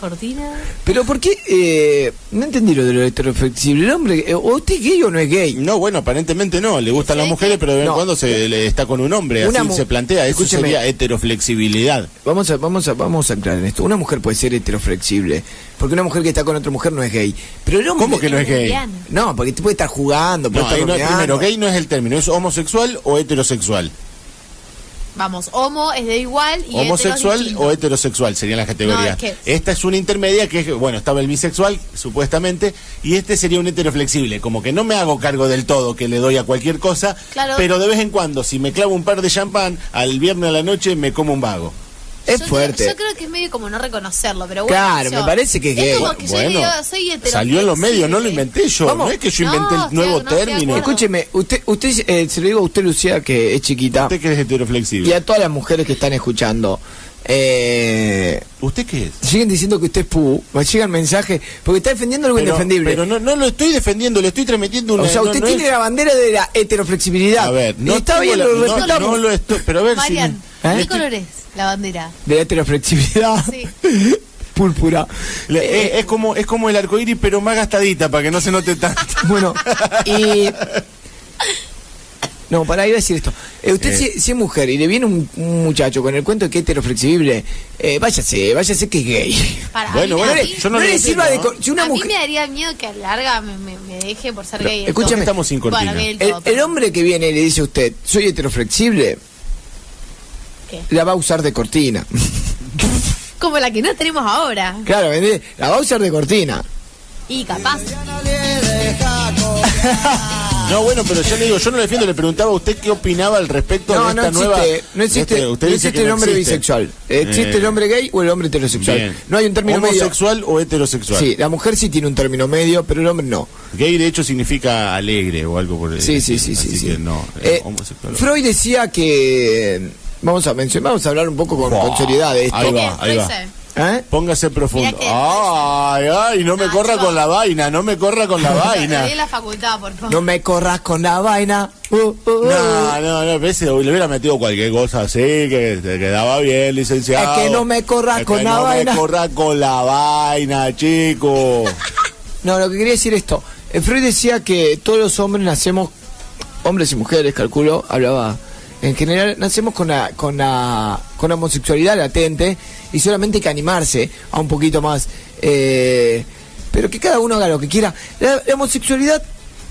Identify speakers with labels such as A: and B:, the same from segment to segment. A: cortina.
B: Pero ¿por qué? eh, no entendí lo de lo electroflexible. ¿El hombre, eh, o usted es gay o no es gay?
C: No, bueno, aparentemente no. Le gustan
A: Sí,
C: las mujeres, pero de vez en
B: No.
C: cuando se le está con un hombre.
B: Una
C: así
B: mu-
C: se plantea. Eso
B: Escúcheme.
C: sería heteroflexibilidad.
B: Vamos a, vamos a, vamos a aclarar en esto. Una mujer puede ser heteroflexible, porque una mujer que está con otra mujer no es gay. Pero el hombre...
C: ¿Cómo que no es gay?
A: Lesbiana.
B: No, porque te puede estar jugando, puede
C: No,
B: estar
C: ahí no es
B: roneando.
C: primero. Gay no es el término. ¿Es homosexual o heterosexual?
A: Vamos, homo es de igual y hetero es
C: ¿Homosexual
A: distinto.
C: o heterosexual serían las categorías?
A: No, es que-
C: Esta es una intermedia que es, bueno, estaba el bisexual, supuestamente, y este sería un heteroflexible. Como que no me hago cargo del todo, que le doy a cualquier cosa,
A: Claro.
C: pero de vez en cuando, si me clavo un par de champán, al viernes a la noche me como un vago.
A: Yo
B: Es
A: creo-
B: fuerte.
A: yo creo que es medio como no reconocerlo, pero bueno.
B: Claro,
A: qué sé yo.
B: me parece que es gay.
A: como que yo
C: bueno,
A: digo, soy heteroflexible.
C: salió en los medios, no lo inventé yo.
B: Vamos.
C: No es que yo
A: No,
C: inventé el
A: estoy-
C: nuevo
A: no, estoy de
C: término.
A: acuerdo.
B: Escúcheme, usted, usted eh, se lo digo a usted, Lucía, que es chiquita,
C: ¿Usted qué es heteroflexible?
B: y a todas las mujeres que están escuchando. Eh,
C: ¿Usted qué es?
B: siguen diciendo que usted es pu, me llegan mensajes, porque está defendiendo algo indefendible.
C: pero no, no lo estoy defendiendo, le estoy transmitiendo una...
B: o sea,
C: no-
B: usted
C: no
B: tiene
C: es-
B: la bandera de la heteroflexibilidad.
C: A ver,
B: Y está
C: tengo
B: bien,
C: la-
B: lo
C: no-
B: respetamos.
C: no lo estoy... Pero a ver
A: Marian,
C: si...
B: ¿Eh?
A: ¿qué
C: Estoy-
A: color es la bandera?
B: De la heteroflexibilidad.
A: Sí.
B: Púrpura.
C: Le-
B: Eh,
C: eh, es como es como el arcoíris pero más gastadita para que no se note tanto.
B: Bueno, y. No, para iba a decir esto. Eh, usted,
C: Eh.
B: Si, si es mujer y le viene un, un muchacho con el cuento de que es heteroflexible, eh, váyase, váyase que es gay.
A: Para,
C: Bueno,
A: a mí-
C: bueno,
A: a
B: le-
A: mí-
C: yo no lo
B: le
C: entiendo,
B: sirva de.
C: ¿no?
B: co- Si una
A: a
B: mujer.
A: mí me daría miedo que a la larga me, me- me deje por ser
C: Pero,
A: gay.
B: escúchame.
C: Estamos sin cortina. Eh,
A: Bueno, gay del
B: El,
A: todo,
B: el
A: pero-
B: hombre que viene y le dice a usted, soy heteroflexible,
A: ¿Qué?
B: la va a usar de cortina.
A: Como la que no tenemos ahora.
B: claro, ¿me entendés? La va a usar de cortina.
A: Y capaz.
C: No, bueno, pero yo le digo, yo no le defiendo, le preguntaba a usted qué opinaba al respecto
B: No,
C: de
B: no
C: esta
B: existe,
C: nueva
B: no existe,
C: Este, usted
B: no
C: dice
B: existe
C: que
B: el hombre
C: existe.
B: bisexual. Existe
C: Eh,
B: el hombre gay o el hombre heterosexual.
C: bien.
B: No hay un término medio.
C: homosexual o heterosexual.
B: Sí, la mujer sí tiene un término medio, pero el hombre no.
C: Gay de hecho significa alegre o algo por el
B: Sí, sí, sí,
C: así
B: sí. sí.
C: que no,
B: Eh,
C: eh, homosexual.
B: Freud decía que vamos a mencionar, vamos a hablar un poco con,
C: Buah,
B: con seriedad de esto.
C: Ahí
A: ¿Qué?
C: va, ahí
A: Lo
C: va.
A: hice.
B: ¿Eh?
C: Póngase profundo.
A: Mirá que-
C: Ay, ay, no me
A: Ah,
C: corra
A: chicos.
C: con la vaina, no me corra con la vaina.
A: Lo di en la facultad, por favor.
B: No me corras con la vaina. Uh, uh, uh.
C: No, no, no, ese le hubiera metido cualquier cosa así, que te quedaba bien, licenciado.
B: Es que no me corras
C: Es
B: con
C: que
B: la vaina.
C: No me corras con la vaina, chico.
B: No, lo que quería decir esto. Eh, Freud decía que todos los hombres nacemos, hombres y mujeres, calculo, hablaba. En general, nacemos con la, con la, con la homosexualidad latente y solamente hay que animarse a un poquito más. eh, pero que cada uno haga lo que quiera. La, la homosexualidad,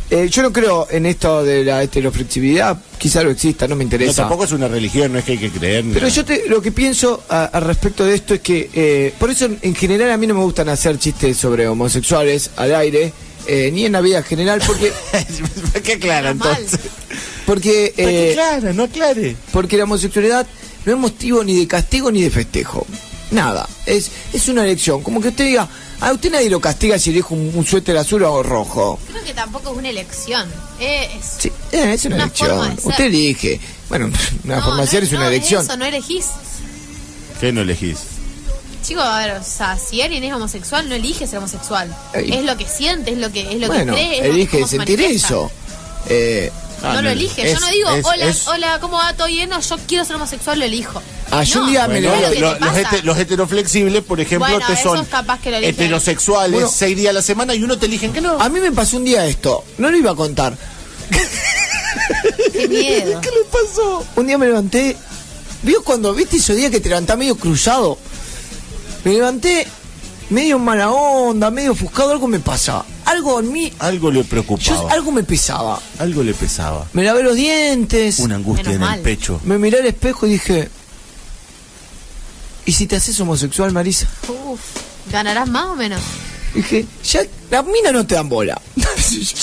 B: eh, yo no creo en esto de la heteroflexibilidad, quizá lo exista, no me
C: No,
B: interesa.
C: tampoco es una religión, no es que hay que creer. ni
B: Pero
C: nada.
B: yo te- lo que pienso a- al respecto de esto es que, eh, por eso en, en general a mí no me gustan hacer chistes sobre homosexuales al aire, eh, ni en la vida general, porque,
C: ¿Para qué aclara
A: Menos mal.
C: entonces?
B: Eh, porque,
C: ¿Para qué
B: eh,
C: aclara? No aclare.
B: porque la homosexualidad no es motivo ni de castigo ni de festejo. Nada, es, es una elección. Como que usted diga, a usted nadie lo castiga si elijo un, un suéter azul o rojo.
A: Creo que tampoco es una elección. Eh, es...
B: Sí, eh, es una,
A: Una forma
B: elección.
A: de ser.
B: Usted elige. Bueno, una
A: No,
B: forma de
A: no,
B: ser es una
A: no,
B: elección.
A: Eso, no elegís.
C: ¿Qué no elegís?
A: Chicos, a ver, o sea, si alguien es homosexual, no elige ser homosexual.
B: Ey.
A: Es lo que siente, es lo que, es lo
B: bueno,
A: que cree. es lo-
B: elige
A: cómo se
B: sentir
A: manifiesta.
B: eso. Eh,
C: Ah,
A: no,
C: no,
A: lo elige.
C: es-
A: yo no digo,
C: es-
A: hola,
C: es-
A: hola, ¿cómo va? ¿Todo bien? No, yo quiero ser homosexual, lo elijo.
B: Ah, yo un
A: No,
B: día me
A: ¿sabes
C: Bueno,
B: levanto-
A: lo que
C: lo-
A: te
C: los,
A: pasa?
B: este
C: hete- los heteroflexibles, por ejemplo,
A: Bueno,
C: te son
A: esos capaz que lo eligen.
C: heterosexuales,
B: Bueno.
C: seis días a la semana y uno te eligen que no.
B: A mí me pasó un día esto, no lo iba a contar.
A: Qué miedo.
B: le pasó? Un día me levanté, ¿vio cuando viste ese día que te levantás medio cruzado? Me levanté medio mala onda, medio ofuscado, algo me pasaba. Algo en mí,
C: Algo le
B: yo-
C: preocupaba. algo...
B: algo me pesaba.
C: le pesaba.
B: Me lavé los dientes,
C: Una angustia
A: Menos
C: en
A: mal.
C: el pecho.
B: me miré al espejo y dije, ¿y si te haces homosexual, Marisa?
A: Uf, ¿ganarás más o menos?
B: Dije, ya, las minas no te dan bola.
C: Ya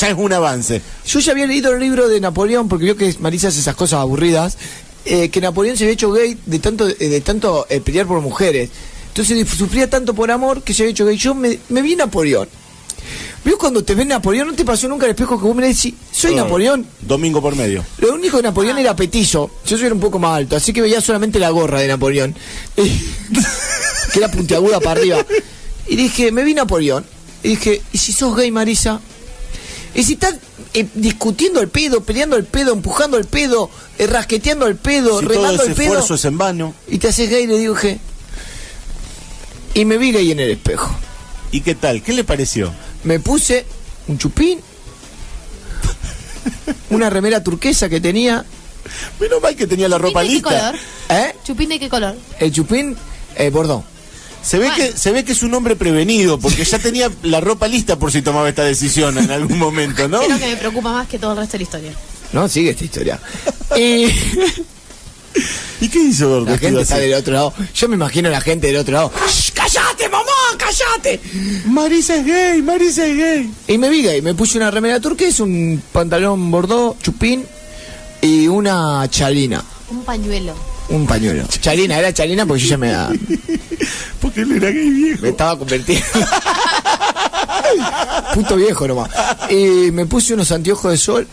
C: es un avance.
B: Yo ya había leído el libro de Napoleón, porque vio que Marisa hace esas cosas aburridas, eh, que Napoleón se había hecho gay de tanto, eh, de tanto eh, pelear por mujeres. Entonces dif- sufría tanto por amor que se había hecho gay. Yo me, me vi Napoleón. ¿Vio cuando te ves Napoleón? ¿No te pasó nunca el espejo que vos me decís, soy
C: Todo.
B: Napoleón?
C: Domingo por medio.
B: Lo único de Napoleón era petizo. Yo soy un poco más alto, así que veía solamente la gorra de Napoleón. que era puntiaguda para arriba. Y dije, me vi Napoleón. Y dije, ¿y si sos gay, Marisa? ¿Y si estás eh, discutiendo el pedo, peleando el pedo, empujando el pedo, eh, rasqueteando el pedo,
C: Si todo
B: remando
C: ese
B: el pedo?
C: esfuerzo es en vano.
B: Y te haces gay, le dije, y me vi gay en el espejo.
C: ¿Y qué tal? ¿Qué le pareció?
B: Me puse un chupín, una remera turquesa que tenía,
C: Menos mal que tenía la ropa
A: ¿Chupín de qué
C: lista.
A: color?
B: ¿eh?
A: ¿Chupín de qué color?
B: El chupín, eh, bordón.
C: Se ve,
A: Bueno.
C: que, se ve que es un hombre prevenido, porque ya tenía la ropa lista por si tomaba esta decisión en algún momento, ¿no?
A: Es lo que me preocupa más que todo el resto de la historia.
B: No, sigue esta historia. Y
C: ¿Y qué hizo
B: la
C: vestido
B: gente está
C: así?
B: del otro lado. Yo me imagino a la gente del otro lado. "Shh, ¡Cállate, mamá! ¡Cállate!
C: Marisa es gay, Marisa es gay.
B: Y me vi gay, me puse una remera turquesa, un pantalón bordó, chupín y una chalina.
A: Un pañuelo.
B: Un pañuelo. Chalina, era chalina porque yo ya me,
C: Porque él era gay viejo.
B: me estaba convertido. Puto viejo nomás. Y me puse unos anteojos de sol.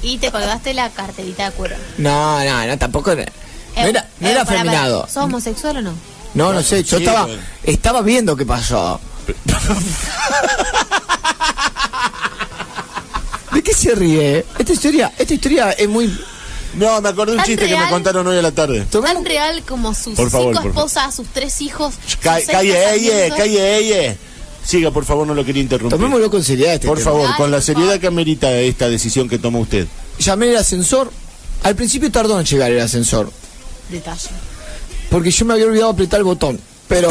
A: Y te colgaste la carterita de cuero.
B: No, no, no, tampoco. era-
A: Eh,
B: No era, no era afeminado.
A: ¿Sos homosexual o no?
B: No, no sé, yo
C: Sí,
B: estaba,
C: bueno.
B: estaba viendo qué pasó. ¿De qué se ríe? Esta historia, esta historia es muy.
C: No, me acordé un
A: Tan
C: chiste que me
A: real.
C: contaron hoy a la tarde.
A: Tan real como sus
C: Por favor,
A: cinco
C: por favor.
A: esposas, sus tres hijos. sus
C: Ca-
A: seis
C: Calle, ella,
A: casamientos.
C: calle, ella. Siga, por favor, no lo quería interrumpir.
B: Tomémoslo con seriedad este
C: Por
B: tema.
C: favor,
A: Ay,
C: con la
A: por
C: seriedad
A: favor.
C: que amerita esta decisión que toma usted.
B: Llamé el ascensor. Al principio tardó en llegar el ascensor.
A: Detalle.
B: Porque yo me había olvidado apretar el botón. Pero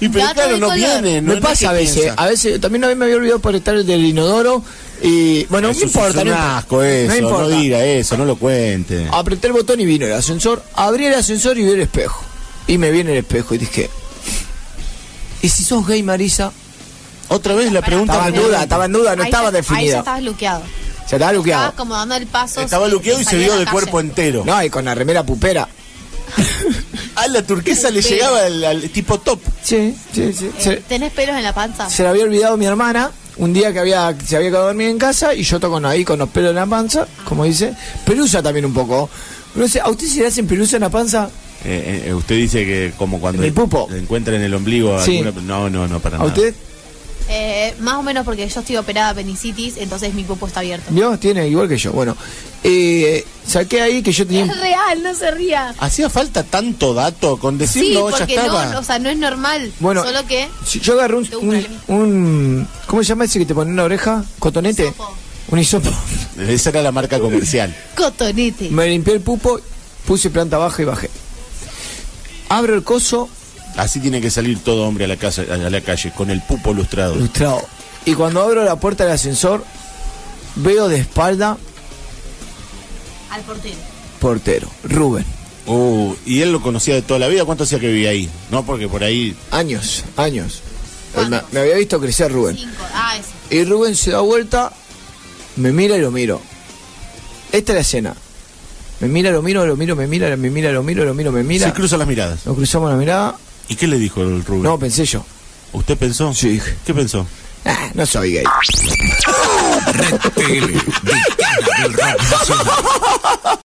C: Y pero
A: Dato
C: claro,
A: de
C: no
A: color.
B: me
C: viene. No no es que
B: pasa a veces.
C: piensa.
B: A veces también a mí me había olvidado apretar el del inodoro. Y bueno,
C: Eso
B: no
C: es
B: importa.
C: un
B: no imp-
C: asco eso,
B: no importa.
C: no Ah, diga eso, no lo cuente.
B: Apreté el botón y vino el ascensor. Abrí el ascensor y vi el espejo. Y me vi en el espejo y dije. ¿Y si sos gay, Marisa?
C: Otra vez la pregunta.
B: Estaba en duda, estaba en duda, no
A: Ahí ya-
B: estaba
A: Ahí ya
B: definida.
A: estabas luqueado.
B: Se estaba
A: Estabas
B: luqueado.
A: como dando el paso.
C: Estaba
A: sí,
C: luqueado y se
A: salía
C: vio
A: a la
C: de
A: calle.
C: cuerpo entero.
B: No, y con la remera pupera.
C: A la turquesa le
A: Pero-
C: llegaba al, al tipo top.
B: Sí, sí, sí.
A: Eh,
B: Se,
A: ¿Tenés pelos en la panza?
B: se la había olvidado mi hermana un día que había se había quedado dormida en casa y yo toco con- ahí con los pelos en la panza, como dice. Pelusa también un poco. No sé, ¿a usted se le hacen pelusa en la panza?
C: Eh, eh, usted dice que como cuando
B: En el pupo.
C: le encuentran en el ombligo a
B: Sí.
C: alguna- No, no, no, para
B: ¿A
C: nada.
B: usted?
A: Eh, más o menos porque yo estoy operada apendicitis, entonces mi cuerpo está abierto.
B: Dios tiene igual que yo. Bueno, eh, saqué ahí que yo tenía un
A: Es real, no se ría.
C: ¿Hacía falta tanto dato? Con
A: Sí,
C: decirlo ya
A: porque
C: estaba.
A: no, o sea, no es normal.
B: Bueno,
A: solo que
B: Si Yo agarré un,
A: Tuvo un
B: un,
A: problemita.
B: un- ¿Cómo se llama ese que te pone en la oreja? ¿Cotonete?
A: Hisopo.
B: Un hisopo.
C: Esa era la marca comercial.
A: cotonete.
B: Me limpié el pupo, puse planta baja y bajé. Abro el coso
C: Así tiene que salir todo hombre a la, casa, a la calle, con el pupo lustrado.
B: lustrado. Y cuando abro la puerta del ascensor, veo de espalda
A: Al portero.
B: portero, Rubén.
C: Uh, y él lo conocía de toda la vida. ¿Cuánto hacía que vivía ahí? No, porque por ahí.
B: Años, años. Eh, Me,
A: ¿Cuántos?
B: me había visto crecer Rubén.
A: Cinco. Ah, ese.
B: Y Rubén se da vuelta, me mira y lo miro. Esta es la escena. Me mira, lo miro, lo miro, me mira, me mira, lo miro, lo miro, me mira.
C: Se cruzan las miradas.
B: Nos cruzamos la mirada.
C: ¿Y qué le dijo el Rubén?
B: No, pensé yo.
C: ¿Usted pensó?
B: Sí.
C: ¿Qué pensó?
B: Ah, no soy gay.
D: Red Tele, Victoria del Rock Nacional.